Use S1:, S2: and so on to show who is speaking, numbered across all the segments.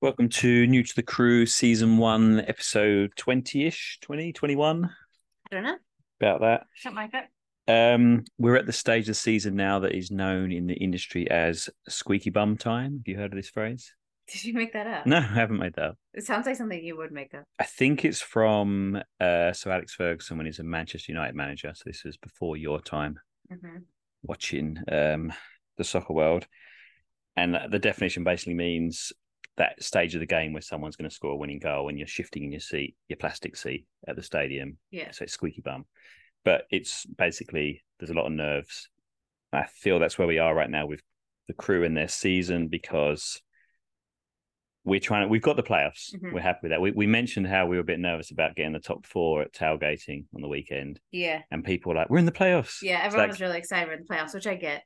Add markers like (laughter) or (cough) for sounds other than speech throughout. S1: Welcome to New to the Crew Season 1, Episode 20 ish, 20, 21,
S2: I don't know.
S1: about that.
S2: Something like that.
S1: Um, we're at the stage of the season now that is known in the industry as squeaky bum time. Have you heard of this phrase?
S2: (laughs) Did you make that up?
S1: No, I haven't made that up.
S2: It sounds like something you would make up.
S1: I think it's from uh, so Alex Ferguson when he's a Manchester United manager. So this was before your time.
S2: Mhm.
S1: watching um, the soccer world. And the definition basically means that stage of the game where someone's going to score a winning goal and you're shifting in your seat, your plastic seat at the stadium.
S2: Yeah.
S1: So it's squeaky bum. But it's basically, there's a lot of nerves. I feel that's where we are right now with the crew in their season because we're trying to, we've got the playoffs.
S2: Mhm.
S1: We're happy with that. We, we mentioned how we were a bit nervous about getting the top four at tailgating on the weekend.
S2: Yeah.
S1: And people were like, we're in the playoffs.
S2: Yeah.
S1: It's
S2: Everyone
S1: like-
S2: was really excited we're in the playoffs, which I get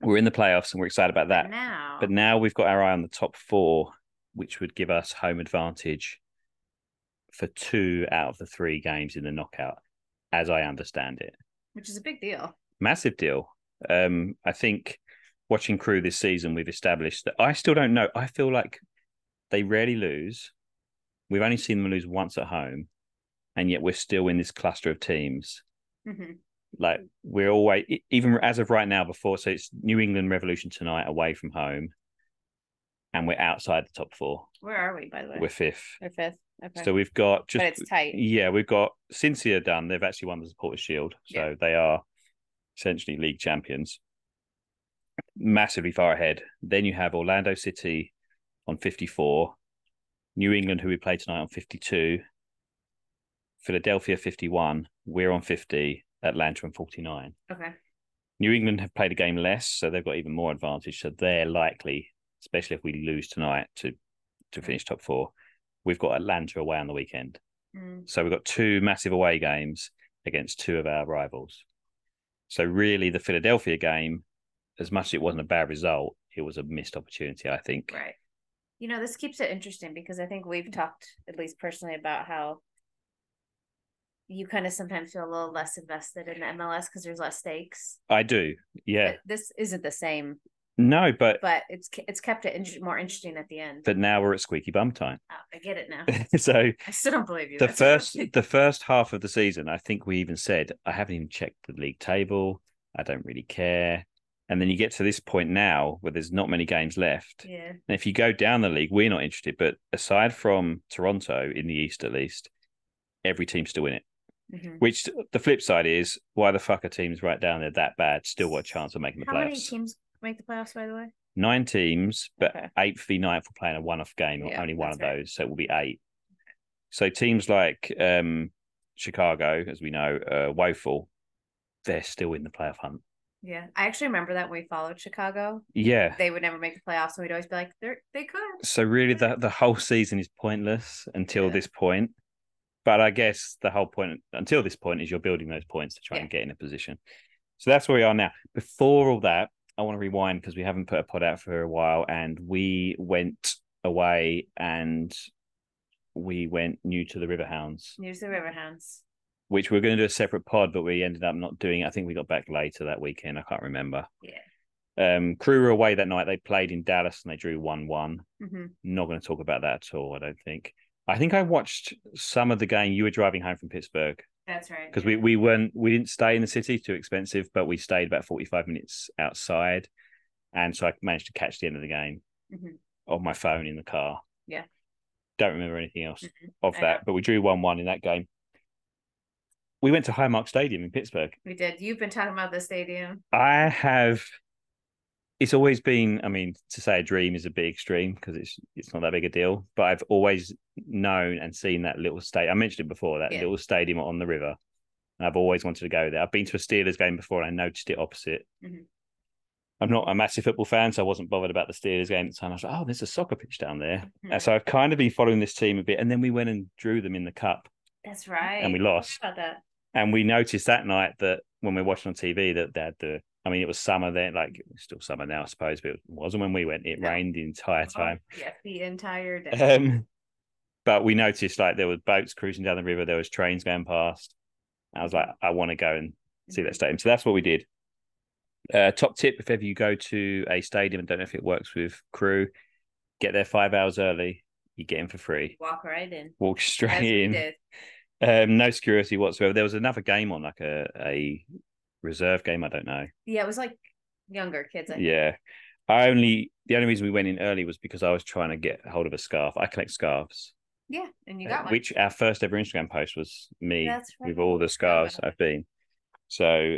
S1: we're in the playoffs and we're excited about that.
S2: now.
S1: But now we've got our eye on the top four, which would give us home advantage for two out of the three games in the knockout, as I understand it.
S2: which is a big deal.
S1: Massive deal. Um, I think watching crew this season, we've established that I still don't know. I feel like they rarely lose. We've only seen them lose once at home, and yet we're still in this cluster of teams
S2: hmm
S1: like we're always e- even as of right now before so it's new england revolution tonight away from home and we're outside the top four
S2: Where are we, by the way?
S1: we're fifth
S2: We're fifth. Okay.
S1: so we've got
S2: but
S1: just e
S2: it's tight.
S1: yeah we've got Cincia done they've actually won the supporters shield so
S2: Yeah.
S1: they are essentially league champions massively far ahead then you have orlando city on 54 new england who we play tonight on 52 philadelphia 51 we're on 50 atlanta on 49
S2: Okay.
S1: New England have played a game less, so they've got even more advantage. So they're likely, especially if we lose tonight, to to finish top four. We've got Atlanta away on the weekend,
S2: Mm.
S1: so we've got two massive away games against two of our rivals. So really, the Philadelphia game, as much as it wasn't a bad result, it was a missed opportunity. I think.
S2: Right. You know, this keeps it interesting because I think we've talked, at least personally, about how you kind of sometimes feel a little less invested in the MLS because there's less stakes.
S1: I do. Yeah.
S2: But this isn't the same,
S1: No, but
S2: but it's it's kept it in- more interesting at the end.
S1: but now we're at squeaky bum time. (laughs)
S2: Oh, I get it now.
S1: so
S2: I still don't believe you.
S1: the
S2: That's-
S1: first the first half of the season i think we even said i haven't even checked the league table i don't really care and then you get to this point now where there's not many games left
S2: yeah.
S1: and if you go down the league we're not interested but aside from toronto in the east at least every team's still in it
S2: Mhm.
S1: which the flip side is why the fuck are teams right down there that bad still got a chance of making the
S2: How
S1: playoffs
S2: many teams make the playoffs, by the way?
S1: nine teams, but
S2: Okay.
S1: eighth v ninth will play in a one off game, or
S2: Yeah,
S1: only one of
S2: that's right.
S1: those. So it will be eight. So teams like um, Chicago, as we know, uh, woeful, they're still in the playoff hunt.
S2: Yeah. I actually remember that when we followed Chicago.
S1: Yeah.
S2: They would never make the playoffs, and we'd always be like, They're, they could.
S1: So really, the, the whole season is pointless until
S2: Yeah.
S1: this point. But I guess the whole point until this point is you're building those points to try and get in a position. So that's where we are now. Before all that, I want to rewind because we haven't put a pod out for a while, and we went away and we went new to the Riverhounds,
S2: Use the Riverhounds.
S1: which we were going to do a separate pod, but we ended up not doing. it. I think we got back later that weekend. I can't remember.
S2: Yeah.
S1: Um, crew were away that night. They played in Dallas and they drew one-one
S2: hmm
S1: not going to talk about that at all. I don't think. I think I watched some of the game. You were driving home from Pittsburgh
S2: That's right.
S1: because we we weren't we didn't stay in the city too expensive, but we stayed about forty five minutes outside, and so I managed to catch the end of the game
S2: Mhm.
S1: on my phone in the car.
S2: Yeah.
S1: don't remember anything else
S2: Mhm.
S1: of
S2: I
S1: that, but we drew one one in that game. We went to Highmark Stadium in Pittsburgh.
S2: We did. You've been talking about the stadium.
S1: I have. It's always been. I mean, to say a dream is a bit extreme because it's it's not that big a deal. But I've always known and seen that little state. I mentioned it before. That
S2: Yeah.
S1: little stadium on the river. And I've always wanted to go there. I've been to a Steelers game before, and I noticed it opposite.
S2: Mhm.
S1: I'm not a massive football fan, so I wasn't bothered about the Steelers game at the time. I was like, "Oh, there's a soccer pitch down there."
S2: Mm-hmm.
S1: And so I've kind of been following this team a bit, and then we went and drew them in the cup,
S2: That's right.
S1: and we lost.
S2: How about that?
S1: And we noticed that night that when we we're watching on TV that they had the, I mean, it was summer then, like it's still summer now, I suppose, but it wasn't when we went. It
S2: No.
S1: rained the entire time.
S2: Oh, yeah, the entire day.
S1: Um, but we noticed like there were boats cruising down the river, there was trains going past. I was like, I want to go and (laughs)
S2: Mm-hmm.
S1: see that stadium. So that's what we did. Uh, top tip if ever you go to a stadium and don't know if it works with crew, get there five hours early, you get in for free.
S2: Walk right in.
S1: Walk (laughs)
S2: As we
S1: straight in.
S2: did.
S1: Um, no security whatsoever. There was another game on, like a, a reserve game. I don't know.
S2: Yeah, it was like younger kids. I think.
S1: Yeah. I only, the only reason we went in early was because I was trying to get hold of a scarf. I collect scarves,
S2: Yeah, and you
S1: uh,
S2: got one.
S1: which our first ever Instagram post was me
S2: That's right.
S1: with all the scarves I've been. So,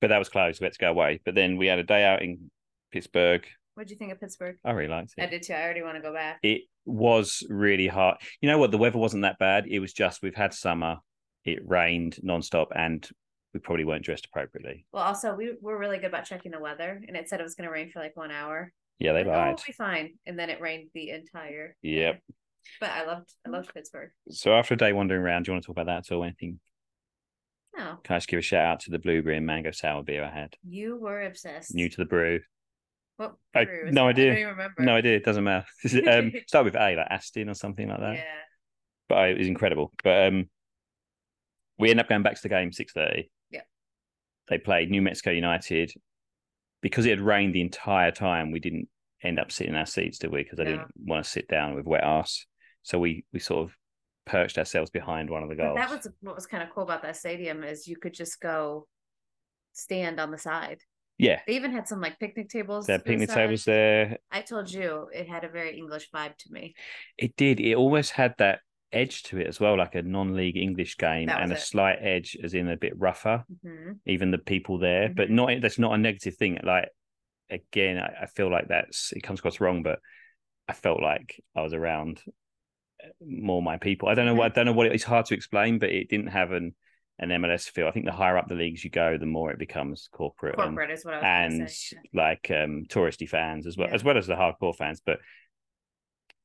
S1: but that was closed. We had to go away. But then we had a day out in Pittsburgh.
S2: What'd you think of Pittsburgh?
S1: I really liked
S2: I
S1: it.
S2: did too. I already want to go back.
S1: It was really hot. You know what? The weather wasn't that bad. It was just we've had summer, it rained nonstop, and we probably weren't dressed appropriately.
S2: Well, also we were really good about checking the weather, and it said it was going to rain for like one hour.
S1: Yeah, they
S2: Like, oh,
S1: lied.
S2: we'll be fine, and then it rained the entire.
S1: Yep. Mm.
S2: But I loved, I loved Pittsburgh.
S1: So after a day wandering around, do you want to talk about that at all? Anything?
S2: No,
S1: Can I just give a shout out to the blueberry and mango sour beer I had?
S2: Oh, you were obsessed.
S1: New to the brew.
S2: What
S1: I-
S2: brewery was
S1: no
S2: that?
S1: idea.
S2: I don't even remember.
S1: No idea. It doesn't matter. (laughs) um, start with A, like Aston or something like that.
S2: Yeah.
S1: but I- it was incredible. But um, we ended up going back to the game six thirty.
S2: Yeah.
S1: they played New Mexico United because it had rained the entire time. We didn't end up sitting in our seats, did we? Because I
S2: No.
S1: didn't want to sit down with wet ass. So we we sort of perched ourselves behind one of the
S2: But
S1: goals.
S2: that was what was kind of cool about that stadium is you could just go stand on the side.
S1: yeah.
S2: They even had some like picnic tables.
S1: There
S2: to
S1: were
S2: the
S1: picnic
S2: side.
S1: tables there.
S2: I told you it had a very English vibe to me.
S1: It did. It almost had that edge to it as well, like a non-league English game,
S2: That
S1: and a
S2: was it.
S1: slight edge, as in a bit rougher.
S2: hmm
S1: even the people there but
S2: Mhm.
S1: not that's not a negative thing like again I, I feel like that's it comes across wrong but i felt like i was around uh, more my people i don't
S2: Mm-hmm.
S1: know what i don't know what it- it's hard to explain but it didn't have an an mls feel i think the higher up the leagues you go the more it becomes corporate, and-
S2: Corporate is what I was gonna
S1: and,
S2: say. yeah.
S1: like um touristy fans as well
S2: Yeah.
S1: as well as the hardcore fans but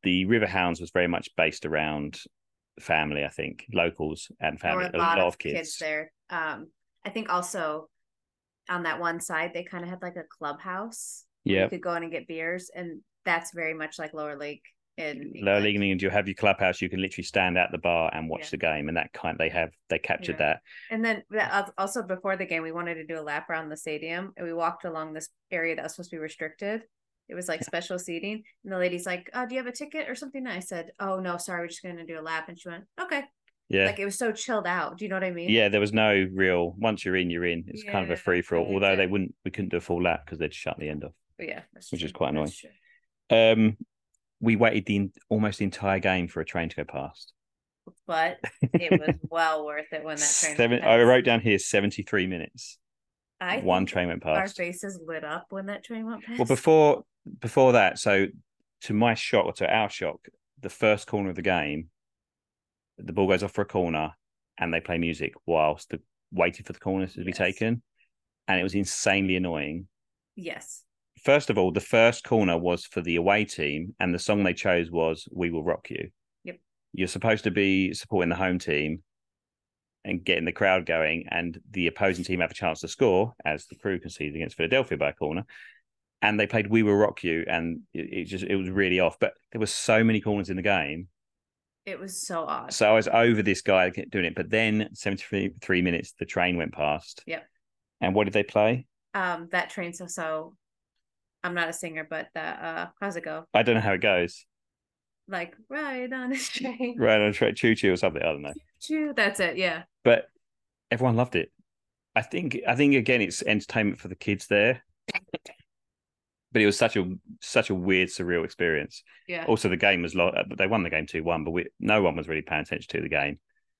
S1: the riverhounds was very much based around family i think locals and
S2: There were
S1: family a lot, of kids,
S2: there. Um, I think also on that one side they kind of had like a clubhouse. where
S1: yeah
S2: you could go in and get beers, and that's very much like lower league in
S1: lower
S2: England.
S1: league in England, you have your clubhouse. You can literally stand at the bar and watch
S2: Yeah.
S1: the game, and that kind they have they captured
S2: Yeah.
S1: that.
S2: And then the- al- also before the game, we wanted to do a lap around the stadium, and we walked along this area that was supposed to be restricted. It was like special seating, and the lady's like, "Oh, do you have a ticket or something?" And I said, "Oh no, sorry, we're just going to do a lap." And she went, "Okay."
S1: Yeah,
S2: Like it was so chilled out. Do you know what I mean?
S1: yeah. There was no real once you're in, you're in. It's kind of
S2: Yeah,
S1: a free for all.
S2: I liked
S1: Although
S2: it.
S1: they wouldn't, we couldn't do a full lap because they'd shut the end off.
S2: But yeah, that's
S1: Which is
S2: true.
S1: quite
S2: That's true.
S1: Um, we waited the en- almost the entire game for a train to go past.
S2: But it was well worth it when that
S1: (laughs)
S2: train.
S1: Seven. I wrote down here seventy three minutes.
S2: I
S1: One
S2: think
S1: train went
S2: Our
S1: past.
S2: faces lit up when that train went past.
S1: Well, before before that, so to my shock or to our shock, the first corner of the game, the ball goes off for a corner, and they play music whilst the waiting for the corner to be
S2: Yes.
S1: taken, and it was insanely annoying.
S2: yes,
S1: First of all, the first corner was for the away team, and the song they chose was "We Will Rock You."
S2: Yep.
S1: You're supposed to be supporting the home team and getting the crowd going, and the opposing team have a chance to score, as the crew conceded against Philadelphia by a corner. And they played "We Will Rock You," and it, it just it was really off. But there were so many corners in the game
S2: it was so odd.
S1: so I was over this guy doing it, but then 73 three minutes, the train went past.
S2: Yep.
S1: And what did they play?
S2: um, that train so so. I'm not a singer, but that uh, how's it go?
S1: I don't know how it goes.
S2: like ride on a train.
S1: Right on track, choo choo or something. I don't know.
S2: Choo. That's it. Yeah.
S1: But everyone loved it. I think, I think again, it's entertainment for the kids there. But it was such a such a weird, surreal experience.
S2: Yeah.
S1: Also, the game was lo- they won the game two one, but we, no one was really paying attention to the game.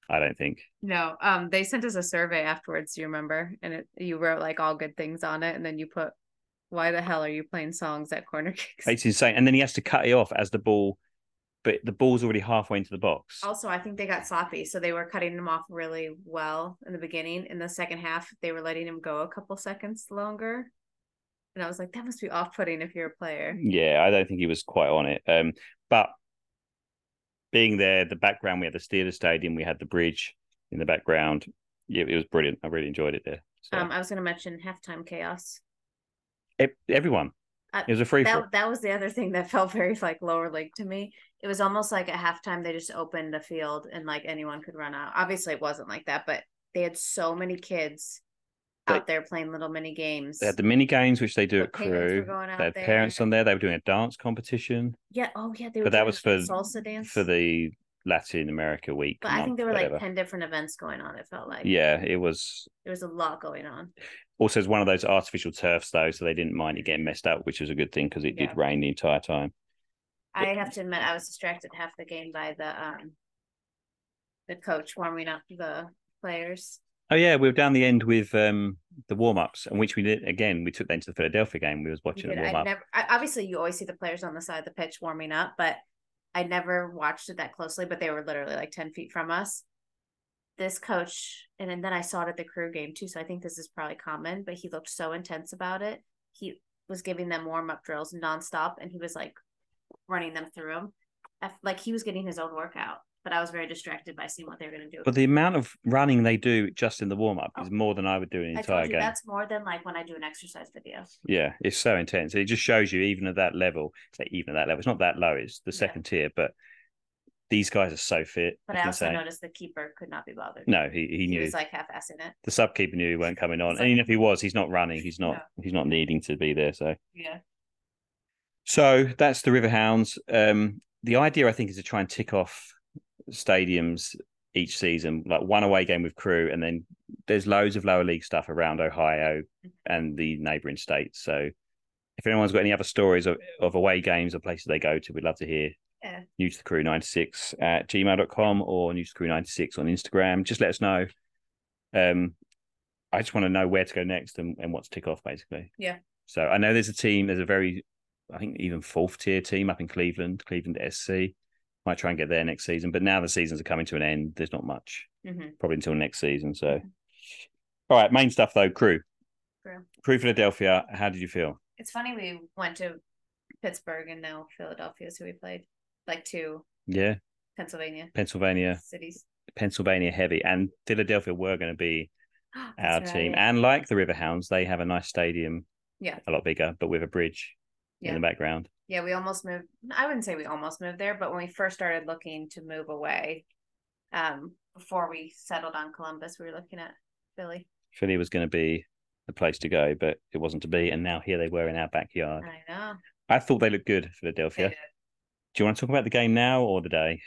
S1: I don't think.
S2: No. Um, they sent us a survey afterwards, do you remember? And it you wrote like all good things on it, and then you put why the hell are you playing songs at corner kicks?
S1: It's insane. And then he has to cut it off as the ball, but the ball's already halfway into the box.
S2: also, I think they got sloppy, so they were cutting them off really well in the beginning. In the second half, they were letting him go a couple seconds longer, and I was like, that must be off-putting if you're a player.
S1: Yeah, I don't think he was quite on it. Um, but being there, the background, we had the Steelers Stadium, we had the bridge in the background. Yeah, it was brilliant. I really enjoyed it there. So
S2: Um, I was going to mention halftime chaos.
S1: ev- everyone,
S2: I-
S1: it was a free for all.
S2: that that was the other thing that (laughs) felt very like lower league to me. It was almost like at halftime they just opened the field and like anyone could run out. Obviously, it wasn't like that, but they had so many kids
S1: They-
S2: out there playing little mini games.
S1: They had the mini games, which they do
S2: Little
S1: at
S2: parents were
S1: Crew.
S2: going out
S1: They had
S2: there.
S1: parents on there. They were doing a dance competition
S2: Yeah. Oh, yeah. They
S1: But
S2: were
S1: that
S2: doing
S1: was
S2: the
S1: for-
S2: salsa dance.
S1: for the Latin America week.
S2: But I think
S1: month,
S2: there were
S1: whatever.
S2: like ten different events going on. It felt like
S1: yeah, it was
S2: there was a lot going on.
S1: also it's one of those artificial turfs though, so they didn't mind it getting messed up, which was a good thing because it
S2: Yeah.
S1: did rain the entire time.
S2: I have to admit, I was distracted half the game by the um the coach warming up the players.
S1: Oh yeah, we were down the end with um the warm ups, and which we did again. We took that into the Philadelphia game. We was
S2: You
S1: watching
S2: did-
S1: the warm
S2: I
S1: up.
S2: never. I, obviously, you always see the players on the side of the pitch warming up, but I never watched it that closely. But they were literally like ten feet from us. This coach, and, then I saw it at the crew game too. So I think this is probably common. But he looked so intense about it. He was giving them warm up drills nonstop, and he was like running them through them. Like he was getting his own workout, but I was very distracted by seeing what they were going to do.
S1: But the amount of running they do just in the warm up
S2: Oh.
S1: is more than I would do in an
S2: I
S1: entire
S2: told you
S1: game.
S2: that's more than like when I do an exercise video.
S1: Yeah, it's so intense. It just shows you, even at that level, it's like even at that level, it's not that low. It's the
S2: Yeah.
S1: second tier, but these guys are so fit.
S2: But
S1: it's
S2: I also
S1: insane.
S2: noticed the keeper could not be bothered.
S1: No, he, he
S2: he,
S1: knew
S2: was like half assing it.
S1: the sub keeper knew he weren't coming on,
S2: He's
S1: and
S2: like-
S1: even if he was, he's not running. He's not. He's not needing to be there. So,
S2: Yeah.
S1: so that's the River Hounds. Um, the idea I think is to try and tick off stadiums each season, like one away game with crew, and then there's loads of lower league stuff around Ohio and the neighbouring states. So if anyone's got any other stories of, of away games or places they go to, we'd love to hear.
S2: Yeah.
S1: News to the crew 96 at gmail.com or news to the crew 96 on Instagram. Just let us know. Um, I just want to know where to go next and, and what to tick off basically.
S2: Yeah.
S1: So I know there's a team, there's a very, I think even fourth tier team up in Cleveland, Cleveland SC. Might try and get there next season, but now the seasons are coming to an end. There's not much
S2: Mm-hmm.
S1: probably until next season. So, all right, main stuff though, crew.
S2: Crew.
S1: Crew Philadelphia, how did you feel?
S2: It's funny we went to Pittsburgh and now Philadelphia is who we played. Like two
S1: Yeah,
S2: Pennsylvania
S1: Pennsylvania,
S2: cities. (gasps)
S1: Pennsylvania heavy, and Philadelphia were going to be our
S2: That's
S1: team.
S2: right.
S1: And like the Riverhounds, they have a nice stadium,
S2: Yeah.
S1: a lot bigger, but with a bridge in
S2: Yeah.
S1: the background.
S2: yeah, we almost moved. I wouldn't say we almost moved there, but when we first started looking to move away, um, before we settled on Columbus, we were looking at Philly.
S1: Philly was going to be the place to go, but it wasn't to be. And now here they were in our backyard.
S2: I know.
S1: I thought they looked good,
S2: They
S1: Philadelphia.
S2: did.
S1: Do you want to talk about the game now or the day?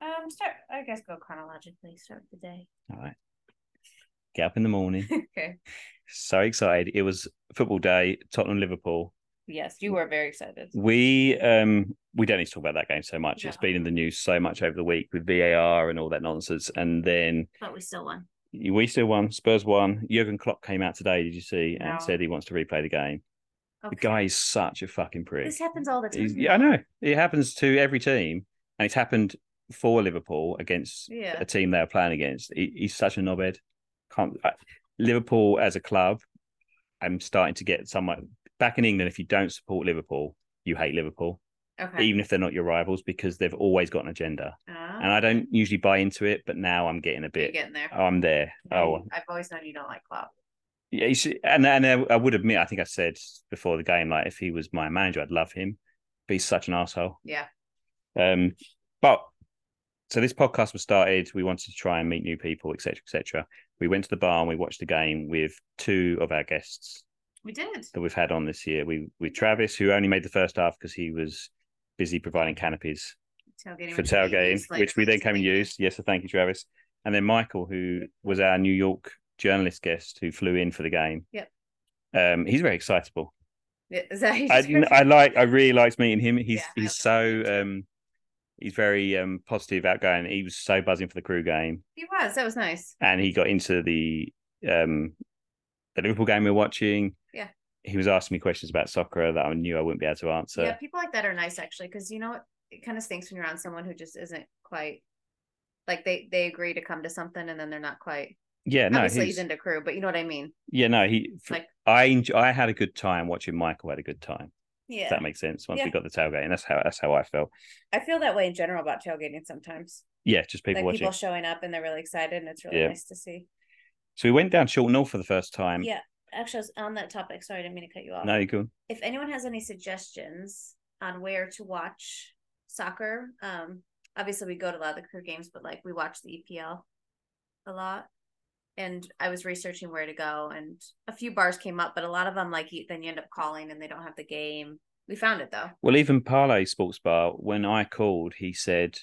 S2: Um, start. I guess go chronologically. Start with the day. (laughs)
S1: All right. Get up in the morning.
S2: okay.
S1: so excited. It was football day, Tottenham Liverpool.
S2: Yes, you were very excited.
S1: We um we don't need to talk about that game so much. It's
S2: No.
S1: been in the news so much over the week with VAR and all that nonsense. And then
S2: But we still won.
S1: we still won, Spurs won. Jurgen Klopp came out today, did you see,
S2: No.
S1: and said he wants to replay the game. The guy is such a fucking prick.
S2: This happens all the time.
S1: He's- yeah, I know. It happens to every team, and it's happened for Liverpool against
S2: Yeah.
S1: a team they were playing against. He, he's such a knobhead. Can't I, Liverpool as a club? I'm starting to get somewhat back in England. If you don't support Liverpool, you hate Liverpool,
S2: Okay.
S1: even if they're not your rivals, because they've always got an agenda.
S2: Ah,
S1: And I don't usually buy into it, but now I'm getting a
S2: you're
S1: bit.
S2: getting there.
S1: I'm there. Oh,
S2: You- Mm-hmm. I've always known you don't like Klopp.
S1: yeah, you see, and and I, I would admit, I think I said before the game, like if he was my manager, I'd love him. But he's such an asshole.
S2: Yeah.
S1: Um, but so this podcast was started. We wanted to try and meet new people, etc., etc. We went to the bar and we watched the game with two of our guests
S2: We did.
S1: that we've had on this year. We with Travis, who only made the first half because he was busy providing canopies
S2: Tailgating.
S1: for
S2: which we may
S1: tailgating,
S2: use later
S1: which we then
S2: this
S1: came and
S2: week.
S1: used. Yes, so thank you, Travis. And then Michael, who was our New York journalist guest who flew in for the game.
S2: Yep.
S1: Um, he's very excitable.
S2: (laughs) Yeah, Is that how you
S1: I,
S2: describe
S1: I
S2: him?
S1: like. I really liked meeting him. He's
S2: Yeah, I
S1: he's
S2: really
S1: so
S2: liked him
S1: um, he's very um positive, outgoing. He was so buzzing for the crew game,
S2: He was. That was nice.
S1: and he got into the um the Liverpool game we we're watching.
S2: Yeah.
S1: He was asking me questions about soccer that I knew I wouldn't be able to answer.
S2: yeah, people like that are nice actually, because you know what? It kind of stinks when you're on someone who just isn't quite like they they agree to come to something and then they're not quite.
S1: Yeah, no,
S2: Obviously,
S1: he's-
S2: he's into crew, but you know what I mean.
S1: yeah, no. He, f-
S2: Like-
S1: I, enjoy, I had a good time watching Michael. Had a good time.
S2: Yeah,
S1: If that makes sense. Once we
S2: Yeah.
S1: got the tailgate, and that's how that's how I felt.
S2: I feel that way in general about tailgating sometimes.
S1: Yeah, just people
S2: like
S1: watching.
S2: people showing up and they're really excited, and it's really
S1: Yeah.
S2: nice to see.
S1: So we went down Short Knoll for the first time.
S2: Yeah. Actually, I was on that topic, sorry, I didn't mean to cut you off.
S1: No, you're good.
S2: If anyone has any suggestions on where to watch soccer, um, obviously we go to E a lot of the crew games, but like we watch the EPL a lot. and I was researching where to go, and a few bars came up, but a lot of them like you, then you end up calling and they don't have the game. We found it though.
S1: Well, even Parlay Sports Bar, when I called, he said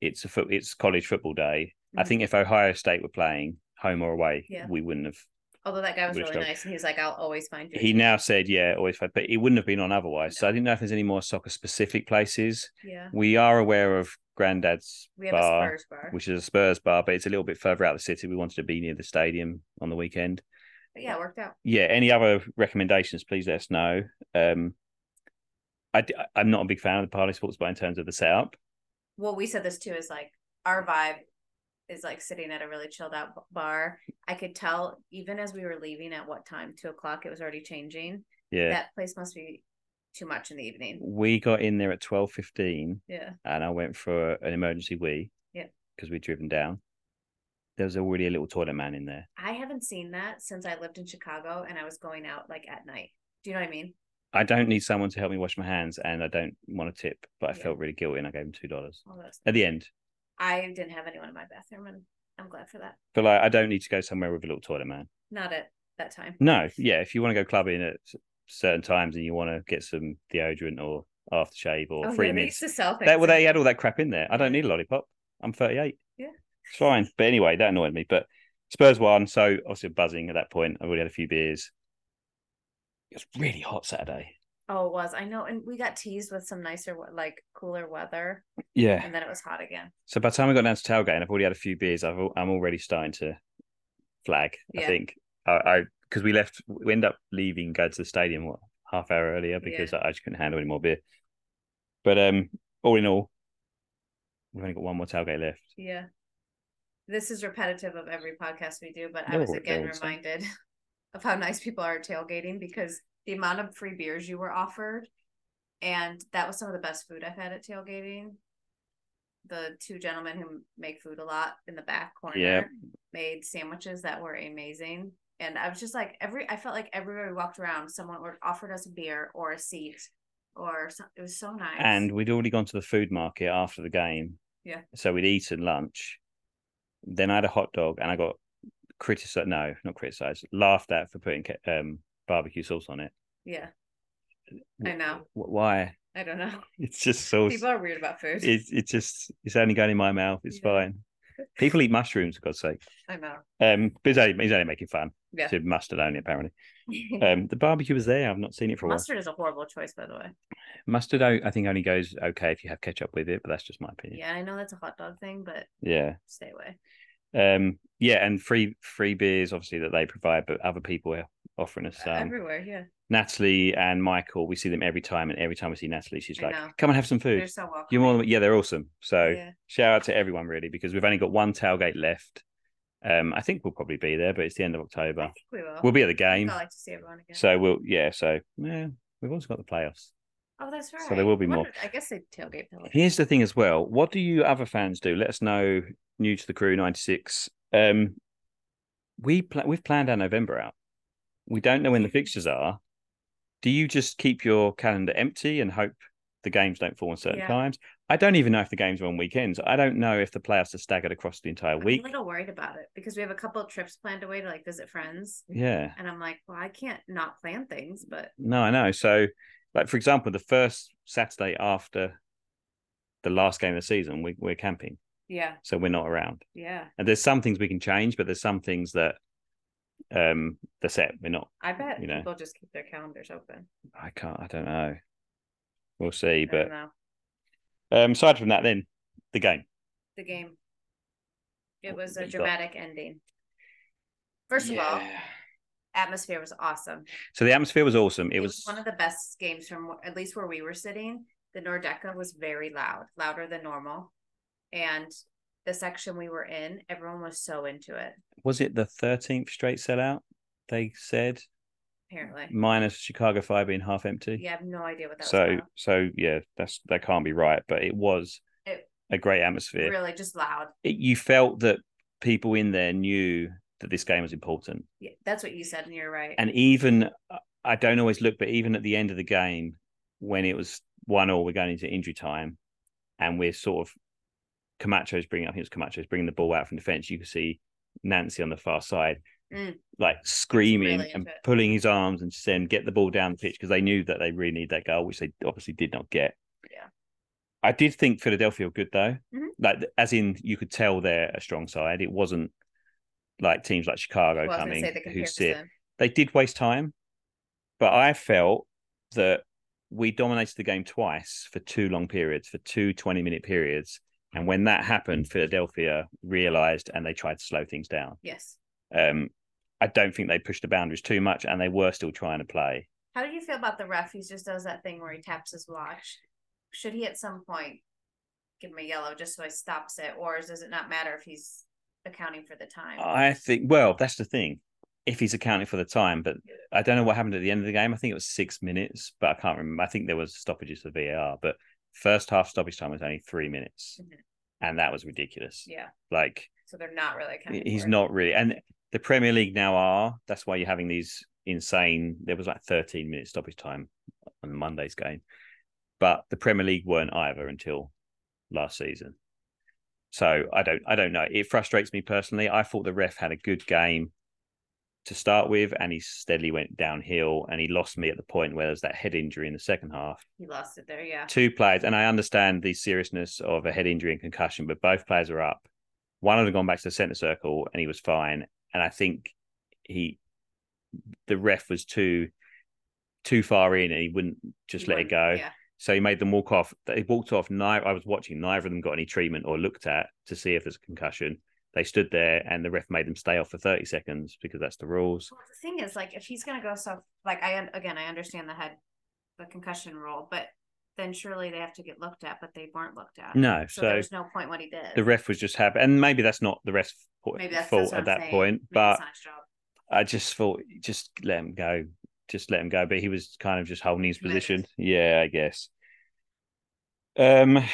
S1: it's a foot, it's college football day. I
S2: Mhm.
S1: think if Ohio State were playing home or away,
S2: Yeah.
S1: we wouldn't have.
S2: Although that guy was
S1: Which
S2: really
S1: dog?
S2: nice, and he was like, "I'll always find you."
S1: He now said, yeah, always, fight, but it wouldn't have been on otherwise. So I didn't know if there's any more soccer specific places.
S2: yeah,
S1: We are aware of Grandad's
S2: we have a
S1: bar,
S2: Spurs bar.
S1: which is a Spurs bar, but it's a little bit further out of the city. We wanted to be near the stadium on the weekend.
S2: But yeah, it worked out.
S1: yeah any other recommendations please let us know um I, d- I- I'm not a big fan of the party sports bar in terms of the setup.
S2: well we said this too is like our vibe is like sitting at a really chilled out b- bar i could tell even as we were leaving at what time two o'clock it was already changing
S1: Yeah.
S2: that place must be too much in the evening
S1: We got in there at 12.15
S2: yeah
S1: and I went for an emergency wee.
S2: Yeah.
S1: Because we'd driven down. There was already a little toilet man in there.
S2: i haven't seen that since i lived in chicago and i was going out like at night do you know what i mean
S1: I don't need someone to help me wash my hands and I don't want to tip, but I
S2: Yeah.
S1: felt really guilty and I gave him $2
S2: all those
S1: at the end.
S2: i didn't have anyone in my bathroom and i'm glad for that
S1: But like, I don't need to go somewhere with a little toilet man.
S2: not at that time
S1: No, yeah. If you want to go clubbing at s- certain times and you want to get some deodorant or aftershave or
S2: oh,
S1: free
S2: yeah, they
S1: mints,
S2: used to sell things
S1: That well,
S2: in-
S1: they had all that crap in there. I don't need a lollipop. I'm 38.
S2: Yeah.
S1: it's fine. But anyway, that annoyed me. But Spurs won, so obviously buzzing at that point. I already had a few beers. It was really hot Saturday.
S2: oh it was i know and we got teased with some nicer we- like cooler weather
S1: Yeah.
S2: and then it was hot again
S1: So by the time I got down to tailgate, and I've already had a few beers, I've al- I'm already starting to flag. I
S2: Yeah.
S1: think I because we left, we end up leaving, go to the stadium what half hour earlier
S2: Yeah.
S1: because I just couldn't handle any more beer. But um, all in all, we've only got one more tailgate left.
S2: Yeah. This is repetitive of every podcast we do, but I
S1: No,
S2: was
S1: it
S2: again
S1: don't.
S2: reminded (laughs) of how nice people are at tailgating because the amount of free beers you were offered, and that was some of the best food I've had at tailgating. The two gentlemen who make food a lot in the back corner
S1: Yeah.
S2: made sandwiches that were amazing. And I was just like every I felt like everywhere we walked around, someone were- offered us a beer or a seat or some, it was so nice.
S1: and we'd already gone to the food market after the game.
S2: Yeah.
S1: So we'd eaten lunch. Then I had a hot dog, and I got criticized. No, not criticized. Laughed at for putting ca- um, barbecue sauce on it.
S2: yeah, I know.
S1: Wh- Why? (laughs)
S2: I don't know.
S1: It's just sauce.
S2: People are weird about food.
S1: It's it's just it's only going in my mouth. It's
S2: Yeah.
S1: fine. People eat mushrooms, for God's sake. (laughs)
S2: I know. (laughs)
S1: Um, but he's only, he's only making fun.
S2: Yeah.
S1: To mustard only, apparently. Um, the barbecue was there. I've not seen it for a while.
S2: Mustard is a horrible choice, by the way.
S1: Mustard, o- I think, only goes okay if you have ketchup with it, but that's just my opinion.
S2: Yeah, I know that's a hot dog thing, but
S1: yeah.
S2: stay away.
S1: um yeah and free free beers obviously that they provide but other people are offering us um
S2: Everywhere, yeah.
S1: natalie and michael we see them every time and every time we see natalie she's
S2: I
S1: like
S2: know.
S1: come and have some
S2: They're
S1: food
S2: so welcome.
S1: you're more than- yeah they're awesome so
S2: yeah.
S1: shout out to everyone really because we've only got one tailgate left um i think we'll probably be there but it's the end of
S2: I
S1: october
S2: think we will.
S1: we'll be at the
S2: I
S1: game
S2: like to see everyone again.
S1: so we'll yeah so yeah we've also got the playoffs
S2: oh, that's right.
S1: so there will be
S2: I
S1: more.
S2: wondered- I guess they tailgate the
S1: Here's the thing as well. What do you other fans do? Let us know. New to the crew, ninety six. Um, we pla we've planned our November out. We don't know when the fixtures are. Do you just keep your calendar empty and hope the games don't fall on certain
S2: Yeah.
S1: times? I don't even know if the games are on weekends. I don't know if the playoffs are staggered across the entire
S2: I'm a
S1: week.
S2: little worried about it because we have a couple of trips planned away to like visit friends.
S1: Yeah.
S2: And I'm like, well, I can't not plan things, but
S1: No, I know. So, like for example, the first Saturday after the last game of the season, we, we're camping,
S2: yeah,
S1: so we're not around.
S2: yeah.
S1: and there's some things we can change, but there's some things that um the set we're not.
S2: I bet
S1: You know.
S2: people just keep their calendars open.
S1: I can't. I don't know. We'll see.
S2: I
S1: But
S2: don't know.
S1: um, aside from that, then the game.
S2: The game. It was a
S1: What you got?
S2: dramatic ending. First of all,
S1: Yeah.
S2: atmosphere was awesome.
S1: so the atmosphere was awesome. It,
S2: it
S1: was,
S2: was, one of the best games from wh- at least where we were sitting. The Nordeca was very loud, louder than normal, and the section we were in, everyone was so into it.
S1: was it the thirteenth straight sellout? They said
S2: Apparently,
S1: minus Chicago Fire being half empty.
S2: yeah, I have no idea what that
S1: Mm, so
S2: was about.
S1: so yeah, that's that can't be right. But it was
S2: It-
S1: a great atmosphere.
S2: Really, just loud.
S1: It, you felt that people in there knew that this game was important.
S2: Yeah, that's what you said, and you're right.
S1: and even I don't always look, but even at the end of the game, when it was one all, we're going into injury time, and we're sort of Camacho's bringing. I think it was Camacho's bringing the ball out from defence. You could see Nancy on the far side,
S2: Mm.
S1: like screaming
S2: Really
S1: and
S2: into it.
S1: pulling his arms and saying, "Get the ball down the pitch," because they knew that they really need that goal, which they obviously did not get.
S2: Yeah.
S1: I did think Philadelphia were good though,
S2: Mhm.
S1: like as in you could tell they're a strong side. It wasn't like teams like Chicago
S2: Well, I was going
S1: coming
S2: to say the
S1: who sit.
S2: comparison.
S1: They did waste time, but I felt that we dominated the game twice for two long periods, for two 20 minute periods. And when that happened, Philadelphia realized and they tried to slow things down.
S2: Yes.
S1: Um, I don't think they pushed the boundaries too much, and they were still trying to play.
S2: How do you feel about the ref who just does that thing where he taps his watch? Should he at some point give him a yellow just so he stops it, or does it not matter if he's accounting for the time?
S1: I think, well, that's the thing. If he's accounting for the time, but I don't know what happened at the end of the game. I think it was six minutes, but I can't remember. I think there was stoppages for VAR, but first half stoppage time was only three minutes,
S2: Mhm.
S1: and that was ridiculous.
S2: yeah.
S1: Like
S2: So they're not really accounting.
S1: he's
S2: for it.
S1: not really, and the Premier League now are. That's why you're having these insane. There was like 13 minute stoppage time on Monday's game, but the Premier League weren't either until last season. So I don't, I don't know. It frustrates me personally. I thought the ref had a good game to start with, and he steadily went downhill, and he lost me at the point where there's that head injury in the second half
S2: He lost it there. Yeah.
S1: two players, and I understand the seriousness of a head injury and concussion, but both players are up. One had gone back to the centre circle and he was fine. And I think he, the ref was too, too far in, and he wouldn't just
S2: He
S1: let
S2: won.
S1: it go.
S2: Yeah.
S1: So he made them walk off. They walked off. Neither I was watching. Neither of them got any treatment or looked at to see if there's a concussion. They stood there, and the ref made them stay off for thirty seconds because that's the rules.
S2: Well, the thing is, like, if he's gonna go so, like, I un- again, I understand the head, the concussion rule, but then surely they have to get looked at, but they weren't looked at.
S1: No,
S2: So,
S1: so
S2: there's no point what he did.
S1: the ref was just happy, and maybe that's not the ref's fault
S2: Maybe that's, that's what
S1: fault
S2: I'm
S1: at that
S2: saying.
S1: point,
S2: Maybe
S1: but
S2: it's not his job.
S1: I just thought, just let him go, just let him go. But he was kind of just holding his
S2: Committed.
S1: position. Yeah, I guess. Um,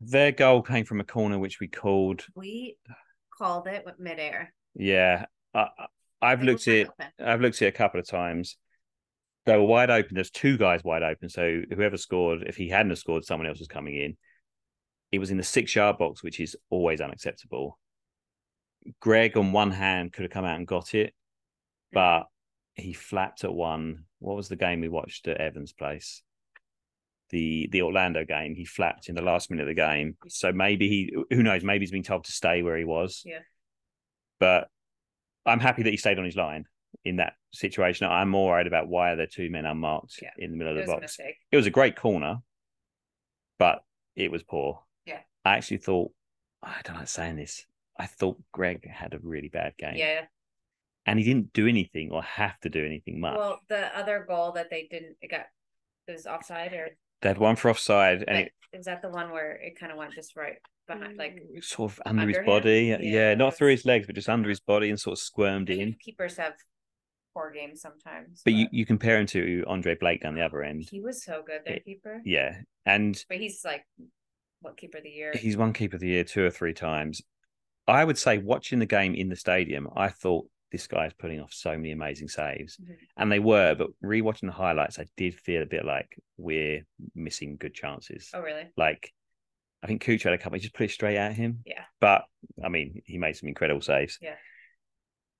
S1: their goal came from a corner which we called.
S2: we called it with midair.
S1: Yeah, I, I- I've
S2: They
S1: looked
S2: were
S1: at
S2: wide
S1: it.
S2: open.
S1: I've looked at it a couple of times. They were wide open. There's two guys wide open. So whoever scored, if he hadn't have scored, someone else was coming in. It was in the six yard box, which is always unacceptable. Greg, on one hand, could have come out and got it, but he flapped at one. What was the game we watched at Evans' place? The the Orlando game. He flapped in the last minute of the game. So maybe he, who knows? Maybe he's been told to stay where he was.
S2: Yeah.
S1: But I'm happy that he stayed on his line in that situation. I'm more worried about why are there two men unmarked
S2: Yeah.
S1: in the middle
S2: it
S1: of
S2: was
S1: the
S2: a
S1: box.
S2: mistake.
S1: It was a great corner, but it was poor.
S2: Yeah.
S1: I actually thought I don't like saying this. I thought Greg had a really bad game,
S2: Yeah.
S1: and he didn't do anything or have to do anything much.
S2: Well, the other goal that they didn't, it got, it was offside, or
S1: They had one for offside, and
S2: but
S1: it
S2: is that the one where it kind of went just right behind, like
S1: was sort of under his
S2: Underhand?
S1: body. uh, Yeah,
S2: Yeah.
S1: not through his legs, but just under his body, and sort of squirmed in.
S2: keepers have poor games sometimes.
S1: But you, you compare him to Andre Blake down the other end.
S2: he was so good, their
S1: It-
S2: keeper.
S1: Yeah, and
S2: But he's like, what keeper of the year?
S1: he's won keeper of the year two or three times. I would say watching the game in the stadium, I thought this guy is putting off so many amazing saves,
S2: Mhm.
S1: and they were. But rewatching the highlights, I did feel a bit like we're missing good chances.
S2: Oh, really?
S1: Like I think Cooch had a couple. He just put it straight at him.
S2: Yeah.
S1: But I mean, he made some incredible saves.
S2: Yeah.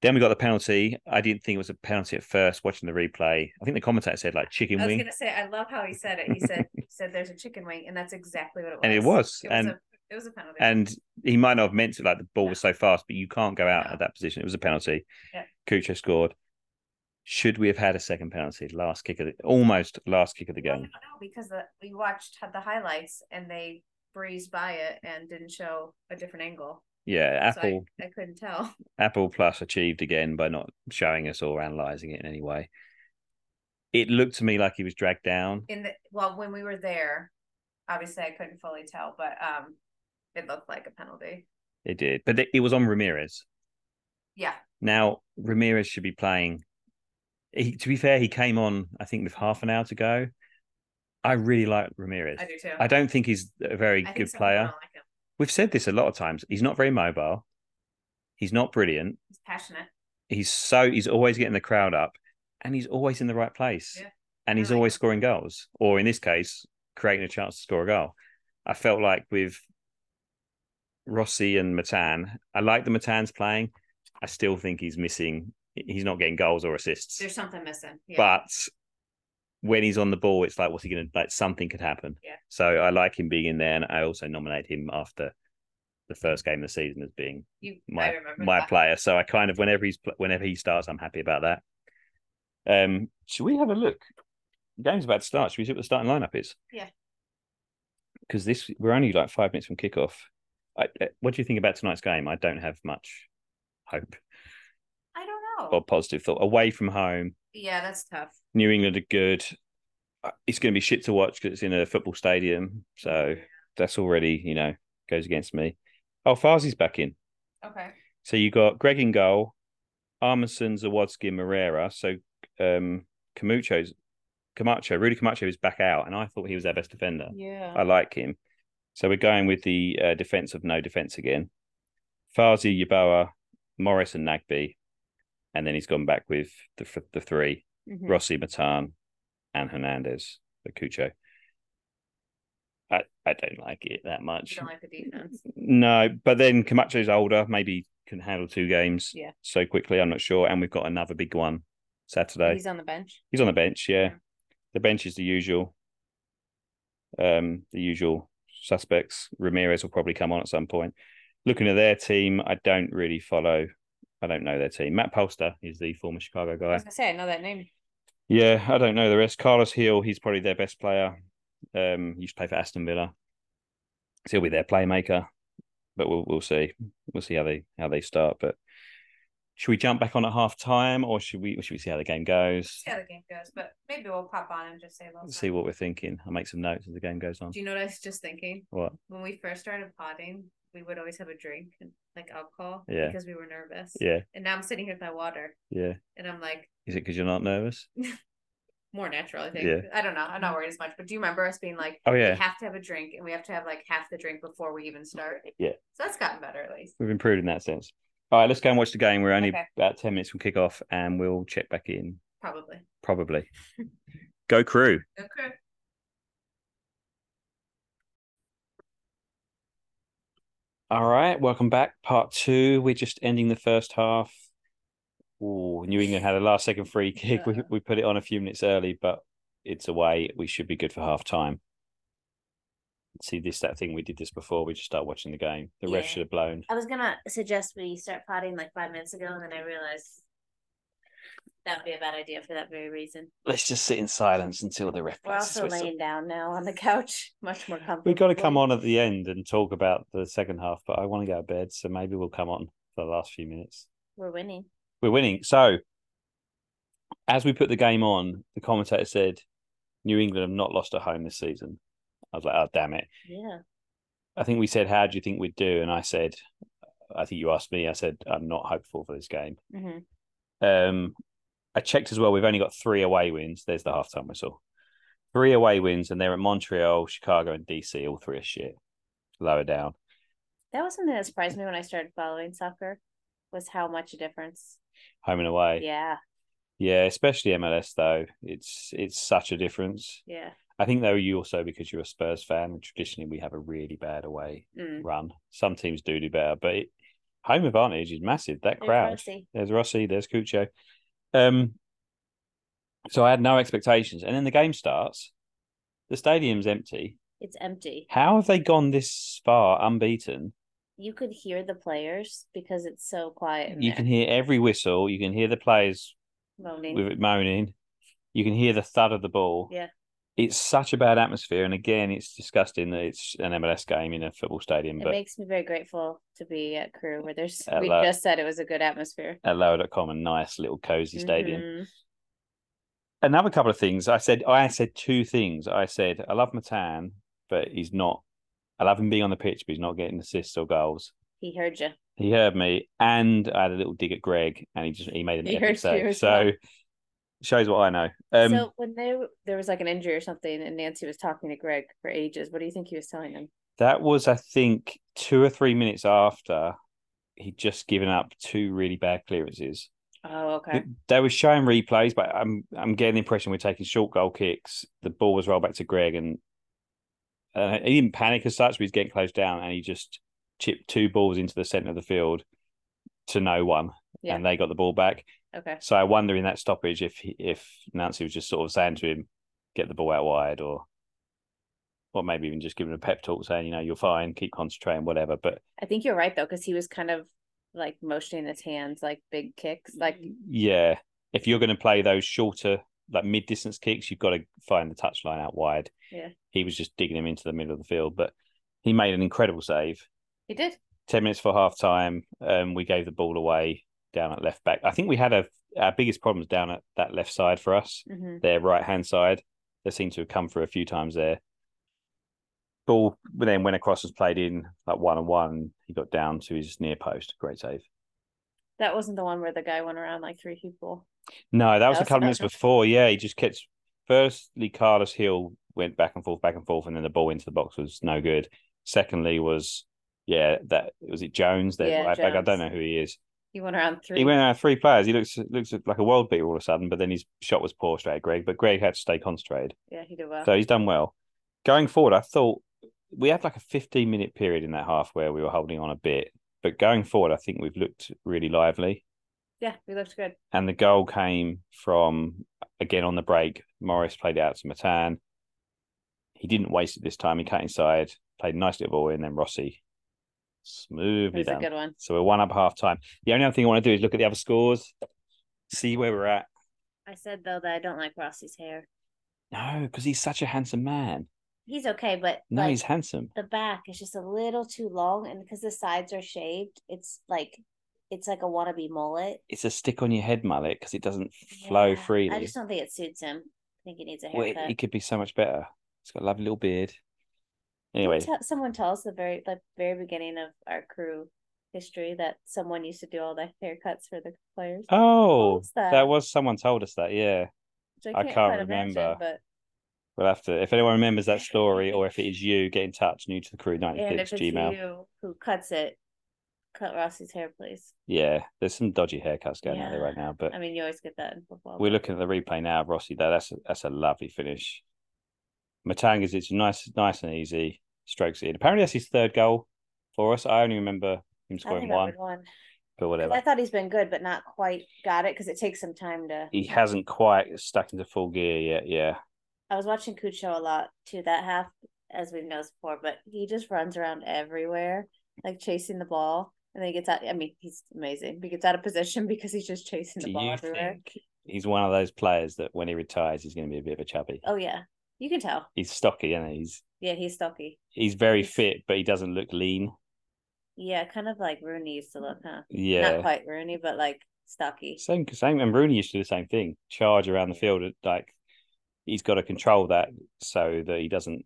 S1: Then we got the penalty. I didn't think it was a penalty at first. Watching the replay, I think the commentator said like chicken
S2: I was
S1: wing,
S2: gonna say, I love how he said it. He said, he said there's a chicken wing, and that's exactly what it was.
S1: and it was,
S2: It was
S1: and
S2: a, it was a penalty.
S1: and he might not have meant to. Like the ball was so fast, but you can't go out
S2: No.
S1: at that position. It was a penalty.
S2: Yeah.
S1: Cucho scored. Should we have had a second penalty? Last kick of the almost last kick of the
S2: Well, I
S1: game.
S2: don't know because the, we watched had the highlights and they breezed by it and didn't show a different angle.
S1: Yeah,
S2: So
S1: Apple
S2: I, I couldn't tell. (laughs)
S1: Apple Plus achieved again by not showing us or analyzing it in any way. It looked to me like he was dragged down.
S2: In the well, when we were there, obviously I couldn't fully tell, but um, it looked like a penalty.
S1: It did, but it- it was on Ramirez.
S2: Yeah,
S1: Now Ramirez should be playing. He, to be fair, he came on I think with half an hour to go. I really like Ramirez.
S2: I do too.
S1: I don't think he's a very
S2: I think
S1: good
S2: some people
S1: player.
S2: don't Like him.
S1: We've said this a lot of times. He's not very mobile. He's not brilliant.
S2: He's passionate.
S1: He's so he's always getting the crowd up, and he's always in the right place,
S2: Yeah.
S1: and
S2: I
S1: he's
S2: like
S1: always
S2: him.
S1: scoring goals, or in this case, creating a chance to score a goal. I felt like with Rossi and Matan, I like the Matan's playing, I still think he's missing. He's not getting goals or assists.
S2: There's something missing. Yeah.
S1: But when he's on the ball, it's like, what's he going to like? Something could happen.
S2: Yeah.
S1: So I like him being in there, and I also nominate him after the first game of the season as being
S2: you, I
S1: my
S2: remember
S1: my
S2: that.
S1: player. So I kind of whenever he's pl- whenever he starts, I'm happy about that. Um, should we have a look? Game's about to start. Should we see what the starting lineup is?
S2: Yeah.
S1: Because this we're only like five minutes from kickoff. I, uh, what do you think about tonight's game? I don't have much hope
S2: I don't know.
S1: or positive thought. Away from home,
S2: yeah, that's tough.
S1: New England are good. Uh, It's going to be shit to watch because it's in a football stadium. So that's already you know goes against me. Oh, Farzi's back in.
S2: Okay.
S1: So you got Greg in goal, Armisen, Zawadzki, Moreira. So um Camacho's Camacho, Rudy Camacho is back out, and I thought he was our best defender.
S2: Yeah.
S1: I like him. So we're going with the uh, defense of no defense again. Farzi, Yaboa, Morris, and Nagby, and then he's gone back with the the three:
S2: Mhm.
S1: Rossi, Matan, and Hernandez, the Cucho. I, I don't like it that
S2: You
S1: much.
S2: don't like the defense.
S1: No, but then Camacho's older, maybe can handle two games
S2: Yeah.
S1: so quickly. I'm not sure. And we've got another big one Saturday. He's,
S2: He's on the bench.
S1: on the bench, yeah.
S2: Yeah.
S1: The bench is the usual. Um, the usual suspects. Ramirez will probably come on at some point. Looking at their team, I don't really follow. I don't know their team. Matt Polster is the former Chicago
S2: I
S1: guy.
S2: was gonna say I know that name.
S1: Yeah, I don't know the rest. Carlos Hill, he's probably their best player. Um, he used to play for Aston Villa. So he'll be their playmaker, but we'll we'll see. We'll see how they how they start. But should we jump back on at half time or should we should we see how the game goes?
S2: See how the game goes, but maybe we'll pop on and just say a little.
S1: See
S2: something.
S1: what we're thinking. I'll make some notes as the game goes on.
S2: Do you know what I was just thinking?
S1: What?
S2: When we first started potting, we would always have a drink, like alcohol,
S1: Yeah.
S2: because we were nervous.
S1: Yeah,
S2: And now I'm sitting here with my water,
S1: yeah.
S2: and I'm like
S1: Is it because you're not nervous?
S2: more natural. I think.
S1: Yeah.
S2: I don't know. I'm not worried as much. But do you remember us being like,
S1: Oh
S2: we
S1: yeah,
S2: have to have a drink, and we have to have like half the drink before we even start?
S1: Yeah.
S2: So that's gotten better at least.
S1: we've improved in that sense. All right, let's go and watch the game. We're only
S2: Okay.
S1: about ten minutes from kick off, and we'll check back in
S2: Probably.
S1: probably. go crew.
S2: Okay.
S1: All right, welcome back. Part two. We're just ending the first half. Ooh, New England had a last second
S2: (laughs)
S1: free kick. We,
S2: Uh-oh.
S1: we put it on a few minutes early, but it's away. We should be good for half time. See this that thing we did this before. We just start watching the game. The ref
S2: Yeah.
S1: should have blown.
S2: I was gonna suggest we start potting like five minutes ago, and then I realized that would be a bad idea for that very reason.
S1: Let's just sit in silence until the ref
S2: We're
S1: blows. the
S2: also
S1: whistle.
S2: laying down now on the couch, (laughs) much more comfortable.
S1: We've got to come on at the end and talk about the second half, but I want to go to bed, so maybe we'll come on for the last few minutes.
S2: We're winning.
S1: we're winning. So, as we put the game on, the commentator said, "New England have not lost at home this season." I was like, "Oh damn it!"
S2: Yeah.
S1: I think we said, "How do you think we'd do?" And I said, "I think you asked me." I said, "I'm not hopeful for this game."
S2: Mm-hmm.
S1: Um, I checked as well. We've only got three away wins. There's the halftime whistle. Three away wins, and they're at Montreal, Chicago, and DC. All three are shit. Lower down.
S2: That was something that surprised me when I started following soccer, was how much a difference.
S1: Home and away.
S2: Yeah.
S1: yeah especially MLS though. It's it's such a difference.
S2: Yeah.
S1: I think though you also because you're a Spurs fan, and traditionally we have a really bad away
S2: Mm.
S1: run. Some teams do do better, but it, home advantage is massive. That
S2: There's
S1: crowd.
S2: Rossi.
S1: There's Rossi. There's Cucho. Um, so I had no expectations, and then the game starts. The stadium's empty.
S2: It's empty.
S1: How have they gone this far unbeaten?
S2: You could hear the players because it's so quiet. In
S1: You
S2: there.
S1: can hear every whistle. You can hear the players
S2: moaning.
S1: with it moaning. You can hear the thud of the ball.
S2: Yeah.
S1: It's such a bad atmosphere. And again, it's disgusting that it's an MLS game in a football stadium,
S2: It
S1: but
S2: makes me very grateful to be at crew where there's
S1: At
S2: we
S1: la-
S2: just said it was a good atmosphere.
S1: at lower.com, a nice little cozy stadium.
S2: Mhm.
S1: Another couple of things. I said, I said two things. I said, I love Matan, but he's not, I love him being on the pitch, but he's not getting assists or goals.
S2: He heard you.
S1: He heard me, and I had a little dig at Greg, and he just he made an
S2: He heard
S1: epic
S2: you
S1: save.
S2: as
S1: So
S2: well.
S1: shows what I know. Um,
S2: so when they there was like an injury or something, and Nancy was talking to Greg for ages. What do you think he was telling him?
S1: That was, I think, two or three minutes after he'd just given up two really bad clearances.
S2: Oh, okay.
S1: They were showing replays, but I'm I'm getting the impression we're taking short goal kicks. The ball was rolled back to Greg, and uh, he didn't panic as such, but he's getting close down, and he just chipped two balls into the center of the field to no one,
S3: Yeah.
S1: and they got the ball back.
S3: Okay.
S1: So I wonder in that stoppage if he, if Nancy was just sort of saying to him, "Get the ball out wide," or or maybe even just giving him a pep talk saying, "You know, you're fine, keep concentrating, whatever." But
S3: I think you're right though, because he was kind of like motioning his hands like big kicks. Like
S1: Mm-hmm. yeah, if you're going to play those shorter, like mid distance kicks, you've got to find the touchline out wide.
S3: Yeah.
S1: he was just digging him into the middle of the field, but he made an incredible save.
S3: he did.
S1: 10 minutes for half time um, we gave the ball away down at left back i think we had a, our biggest problems down at that left side for us
S3: hmm
S1: their right hand side they seem to have come through a few times there ball then went across was played in like one and one he got down to his near post great save
S3: That wasn't the one where the guy went around like three people.
S1: no that was
S3: That
S1: a
S3: was
S1: couple minutes
S3: another-
S1: before yeah he just kept firstly carlos hill went back and forth back and forth and then the ball into the box was no good secondly was yeah that was it jones there
S3: Yeah,
S1: right back i don't
S3: Jones.
S1: know who he is
S3: He went around three.
S1: He went out of three players. He looks looks like a world beater all of a sudden, but then his shot was poor straight at Greg. But Greg had to stay concentrated,
S3: yeah, he did well.
S1: so he's done well. Going forward, I thought we had like a fifteen minute period in that half where we were holding on a bit, but going forward, I think we've looked really lively.
S3: yeah, he looked good.
S1: And the goal came from again on the break. Morris played it out to Matan. He didn't waste it this time. He cut inside, played a nice little ball, and then Rossi
S3: It
S1: smoothly
S3: was a
S1: down.
S3: good one.
S1: So we're one up half time. The only other thing I want to do is look at the other scores, see where we're at.
S3: I said though that I don't like Rossi's hair.
S1: No, because he's such a handsome man.
S3: He's okay, but
S1: No,
S3: like
S1: he's handsome.
S3: the back is just a little too long, and because the sides are shaved, it's like it's like a wannabe mullet.
S1: It's a stick on your head mullet because it doesn't flow
S3: Yeah, I
S1: freely.
S3: just don't think it suits him. I think he needs a
S1: Well, it,
S3: haircut.
S1: it could be so much better. He's got a lovely little beard. Anyway,
S3: Tell- someone tell us the very like very beginning of our crew history that someone used to do all the haircuts for the players.
S1: oh,
S3: was that?
S1: that? was someone told us that. Yeah,
S3: Which
S1: I can't
S3: quite imagine,
S1: remember.
S3: but
S1: we'll have to. If anyone remembers that story, or if it is you, get in touch. New to the
S3: (laughs)
S1: crew, ninety
S3: and if
S1: six
S3: it's
S1: Gmail.
S3: you who cuts it, cut Rossi's hair, please.
S1: Yeah, there's some dodgy haircuts going out there right
S3: Yeah.
S1: now, but
S3: I mean, you always get that in football.
S1: we're
S3: but-
S1: looking at the replay now of Rossi. Though that's a, that's a lovely finish. Matangas, it's nice, nice and easy. Strokes it in. Apparently, that's his third goal for us. I only remember him
S3: I
S1: scoring
S3: think I
S1: one,
S3: would one.
S1: but
S3: 'Cause
S1: whatever.
S3: I thought he's been good, but not quite got it because it takes some time to.
S1: He hasn't quite stuck into full gear yet. Yeah,
S3: I was watching Cucho a lot too that half, as we've noticed before, but he just runs around everywhere, like chasing the ball. And then he gets out. I mean, he's amazing. He gets out of position (laughs) because he's just chasing
S1: do
S3: the ball
S1: you
S3: everywhere.
S1: think he's one of those players that when he retires, he's going to be a bit of a chubby?
S3: Oh yeah, you can tell.
S1: He's stocky, isn't he? He's
S3: Yeah, he's stocky.
S1: he's very
S3: He's-
S1: fit, but he doesn't look lean.
S3: Yeah, kind of like Rooney used to look, huh? Not
S1: Mm. Yeah,
S3: quite Rooney, but like stocky.
S1: same same. And Rooney used to do the same thing: charge around the field. Like he's got to control that so that he doesn't,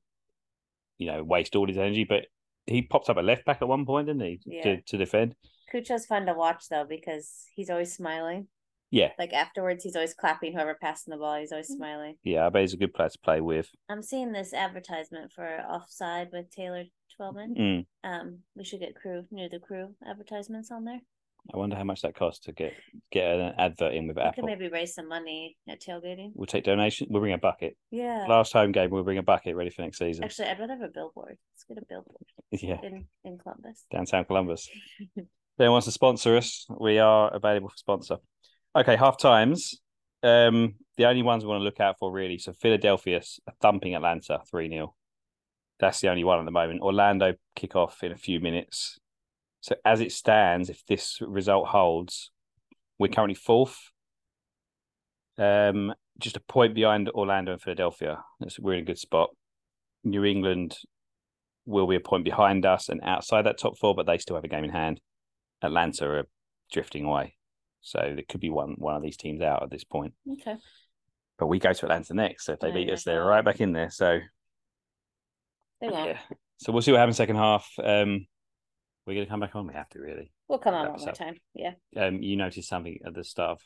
S1: you know, waste all his energy. But he popped up at left back at one point, didn't he?
S3: Yeah.
S1: To, to defend.
S3: Cucho's fun to watch though because he's always smiling.
S1: Yeah, Mm.
S3: Like afterwards, he's always clapping whoever passing the ball. He's always smiling.
S1: yeah. I bet he's a good player to play with.
S3: I'm seeing this advertisement for offside with Taylor Twellman.
S1: Mm.
S3: Um, we should get crew near the crew advertisements on there.
S1: I wonder how much that costs to get get an advert in with
S3: We could
S1: Apple.
S3: maybe raise some money at tailgating.
S1: We'll take donation. We'll bring a bucket.
S3: Yeah.
S1: Last home game, we'll bring a bucket ready for next season.
S3: Actually, I'd rather have a billboard. Let's get a billboard
S1: (laughs) Yeah.
S3: in
S1: (laughs)
S3: in Columbus. (laughs)
S1: downtown Columbus. if anyone wants to sponsor us, we are available for sponsor. Okay, half times. Um, the only ones we want to look out for really. So Philadelphia s- thumping Atlanta 3 0. That's the only one at the moment. Orlando kick off in a few minutes. So as it stands, if this result holds, we're currently fourth. Um, just a point behind Orlando and Philadelphia. That's- We're in a good spot. New England will be a point behind us and outside that top four, but they still have a game in hand. Atlanta are drifting away, so it could be one one of these teams out at this point.
S3: Okay.
S1: But we go to Atlanta next, so if they
S3: Oh,
S1: beat
S3: yeah.
S1: us, they're right back in there. So
S3: They won't.
S1: yeah, so we'll see what happens second half. Um, we're gonna come back on. We have to really.
S3: We'll come on
S1: Wrap
S3: one
S1: us
S3: more
S1: up.
S3: time. Yeah.
S1: Um, you noticed something at the start of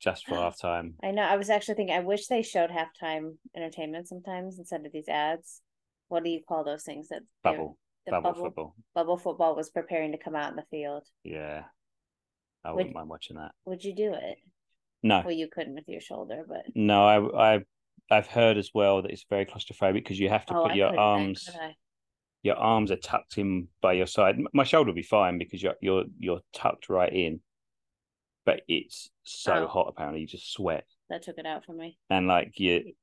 S1: just
S3: (gasps)
S1: for half time.
S3: I know. I was actually thinking I wish they showed halftime entertainment sometimes instead of these ads. What do you call those things that they're-
S1: Bubble,
S3: The
S1: bubble,
S3: bubble,
S1: football.
S3: bubble football was preparing to come out in the field.
S1: Yeah, I
S3: Would-
S1: wouldn't mind watching that.
S3: Would you do it?
S1: No,
S3: Well, you couldn't with your shoulder, but
S1: no, I, I, I've heard as well that it's very claustrophobic because you have to
S3: oh,
S1: put
S3: I
S1: your
S3: couldn't, I-
S1: arms.
S3: could I?
S1: your arms are tucked in by your side. M- My shoulder will be fine because you're you're you're tucked right in. but it's so
S2: Oh.
S1: hot apparently you just sweat
S2: That took it out for me.
S1: and like you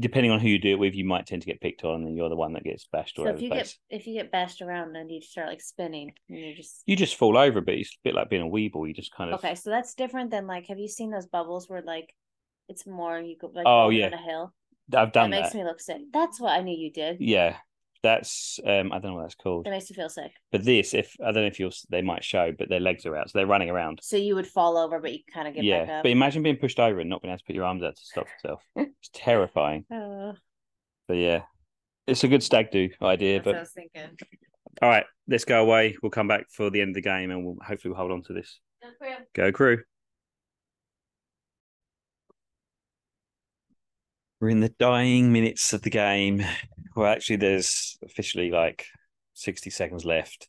S1: depending on who you do it with you might tend to get picked on and you're the one that gets bashed all
S2: So
S1: over
S2: if
S1: the
S2: you
S1: place
S2: get if you get bashed around and you start like spinning, and you're just
S1: you just fall over but it's a bit like being a weeble you just kind of
S2: okay. So that's different than like have you seen those bubbles where like it's more you go like
S1: Oh,
S2: over
S1: yeah.
S2: on a hill?
S1: i've done
S2: that
S1: that,
S2: makes me look sick. That's what I knew you did.
S1: yeah that's um i don't know what that's called
S2: That makes me feel sick.
S1: but this if i don't know if you'll s- they might show but their legs are out so they're running around
S2: So you would fall over, but you kind of get back
S1: yeah
S2: up.
S1: but imagine being pushed over and not being able to put your arms out to stop
S2: (laughs)
S1: yourself it's terrifying
S2: Oh,
S1: but yeah it's a good stag do idea
S2: that's
S1: but
S2: what I was thinking.
S1: all right let's go away we'll come back for the end of the game and we'll hopefully we'll hold on to this Go crew. We're in the dying minutes of the game. Well, actually, there's officially like 60 seconds left.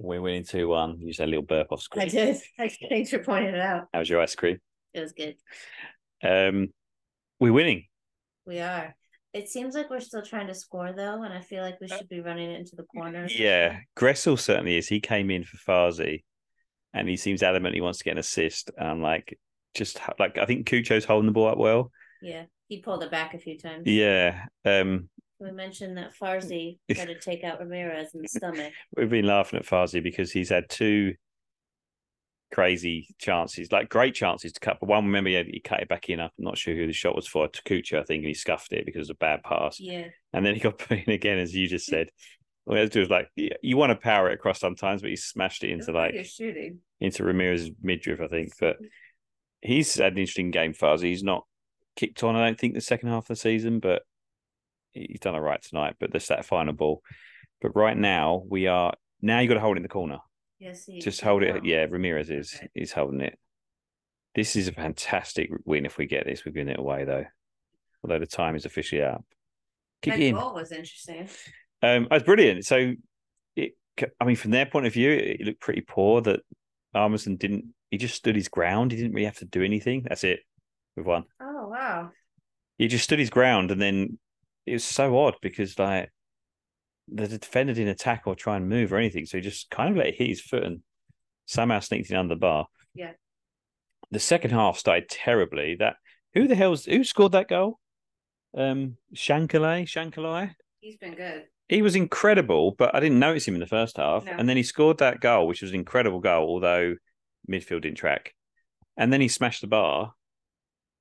S1: We're winning 2 1. Use that little burp off
S2: I
S1: screen.
S2: did. (laughs) I thanks for pointing it out.
S1: How's your ice cream?
S2: It was good.
S1: Um, we're winning.
S2: We are. It seems like we're still trying to score though, and I feel like we should be running it into the corners.
S1: Uh, Yeah. Gressel certainly is. He came in for Farzi and he seems adamant he wants to get an assist. And I'm like, just ho- like, I think Cucho's holding the ball up well.
S2: Yeah. He pulled it back a few times.
S3: Mm-hmm.
S1: Yeah. Um,
S2: We mentioned that Farzi tried to take out
S1: (laughs)
S2: Ramirez in the stomach.
S1: we've been laughing at Farzi because he's had two crazy chances, like great chances to cut. But one, remember, he, had, he cut it back in. I'm not sure who the shot was for. Takucha, I think, and he scuffed it because it was a bad pass.
S2: Yeah.
S1: And then he got (laughs) put in again, as you just said. All he had to do was like, you, you want to power it across sometimes, but he smashed it into like
S2: shooting.
S1: into Ramirez's midriff, I think. But he's had an interesting game, Farzi. He's not kicked on, I don't think, the second half of the season, but he's done all right tonight. But there's that final ball. But right now, we are now you've got to hold it in the corner.
S2: Yes.
S1: Just hold it. Yeah, Ramirez is is holding it. This is a fantastic win if we get this. We're giving it away though. Although the time is officially up. Kick in.
S2: was interesting.
S1: Um, that's brilliant. So, it, I mean, from their point of view, it looked pretty poor that Armisen didn't. He just stood his ground. He didn't really have to do anything. That's it. We've won.
S2: Oh wow.
S1: He just stood his ground, and then it was so odd because like the defender didn't attack or try and move or anything. So he just kind of let it hit his foot and somehow sneaked in under the bar.
S2: Yeah.
S1: The second half started terribly. That who the hell's who scored that goal? Um, Shankalai, Shankalai
S2: He's been good.
S1: he was incredible, but I didn't notice him in the first half.
S2: No.
S1: And then he scored that goal, which was an incredible goal, although midfield didn't track. And then he smashed the bar,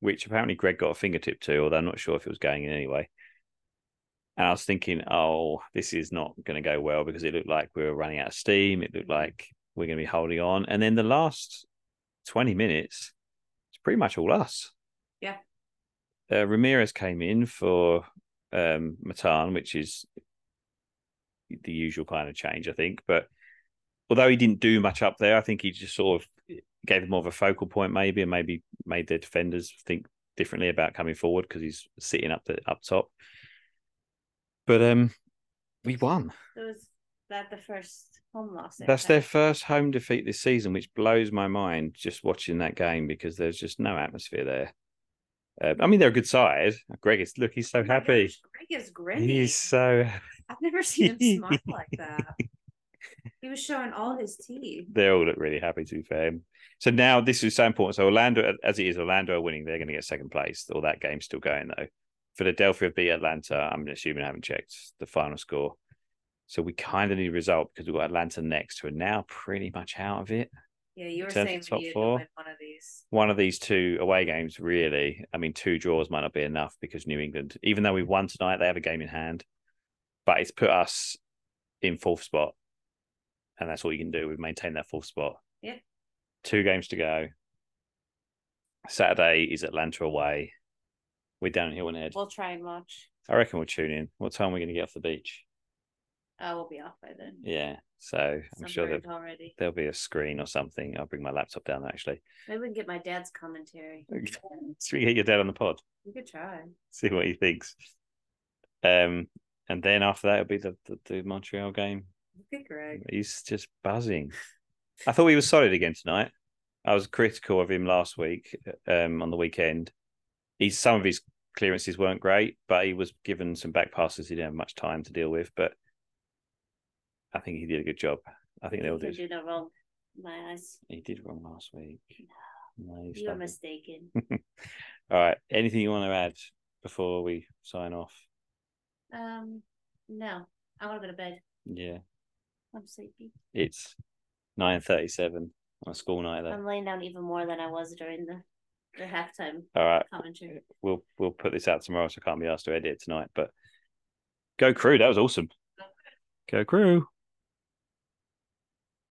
S1: which apparently Greg got a fingertip to, although I'm not sure if it was going in anyway. And I was thinking, oh, this is not going to go well because it looked like we were running out of steam. It looked like we're going to be holding on. And then the last 20 minutes, it's pretty much all us.
S2: Yeah.
S1: Uh, Ramirez came in for um, Matan, which is the usual kind of change, I think. But although he didn't do much up there, I think he just sort of gave him more of a focal point, maybe, and maybe made the defenders think differently about coming forward because he's sitting up the up top. But um, we won.
S2: It was that the first home loss. they've
S1: That's
S2: had?
S1: their first home defeat this season, which blows my mind just watching that game because there's just no atmosphere there. Uh, I mean, they're a good side. Greg is look, he's so
S2: Oh my
S1: happy.
S2: gosh, Greg is grinning.
S1: He's so
S2: I've never seen
S1: (laughs)
S2: him smile like that. He was showing all his teeth.
S1: they all look really happy to be fair. So now this is so important. So Orlando, as it is, Orlando are winning. They're going to get second place. All that game's still going though. Philadelphia beat Atlanta. I'm assuming I haven't checked the final score. So we kind of need a result because we've got Atlanta next, who are now pretty much out of it.
S2: Yeah, you were
S1: Turn to
S2: saying
S1: top
S2: we needed to
S1: four.
S2: win one of these.
S1: One of these two away games, really. I mean, two draws might not be enough because New England, even though we won tonight, they have a game in hand. But it's put us in fourth spot. And that's all you can do. We've maintained that fourth spot.
S2: Yeah.
S1: Two games to go. Saturday is Atlanta away. We're down here on head.
S2: We'll try and watch.
S1: I reckon we'll tune in. What time are we going to get off the beach?
S2: I will be off by then.
S1: Yeah. So I'm sure that
S2: Sunburned already.
S1: there'll be a screen or something. I'll bring my laptop down actually.
S2: Maybe we can get my dad's commentary.
S1: Should we get your dad on the pod?
S2: We could try.
S1: See what he thinks. Um, and then after that, it'll be the, the, the Montreal game.
S2: Look at Greg.
S1: He's just buzzing. I thought he was solid again tonight. I was critical of him last week um, on the weekend. He's some of his clearances weren't great, but he was given some back passes he didn't have much time to deal with. But I think he did a good job. I think they all
S2: He
S1: did.
S2: can do no wrong.
S3: my eyes.
S1: You did wrong last week. No, you
S3: You are
S1: started. (laughs)
S3: mistaken.
S1: All right. Anything you want to add before we sign off?
S3: Um, no, I want to go to bed.
S1: Yeah,
S3: I'm sleepy.
S1: it's nine thirty-seven on a school night. There.
S3: I'm laying down even more than I was during the the halftime
S1: All right.
S3: commentary.
S1: We'll we'll put this out tomorrow, so I can't be asked to edit it tonight. But go crew. That was awesome. Go crew.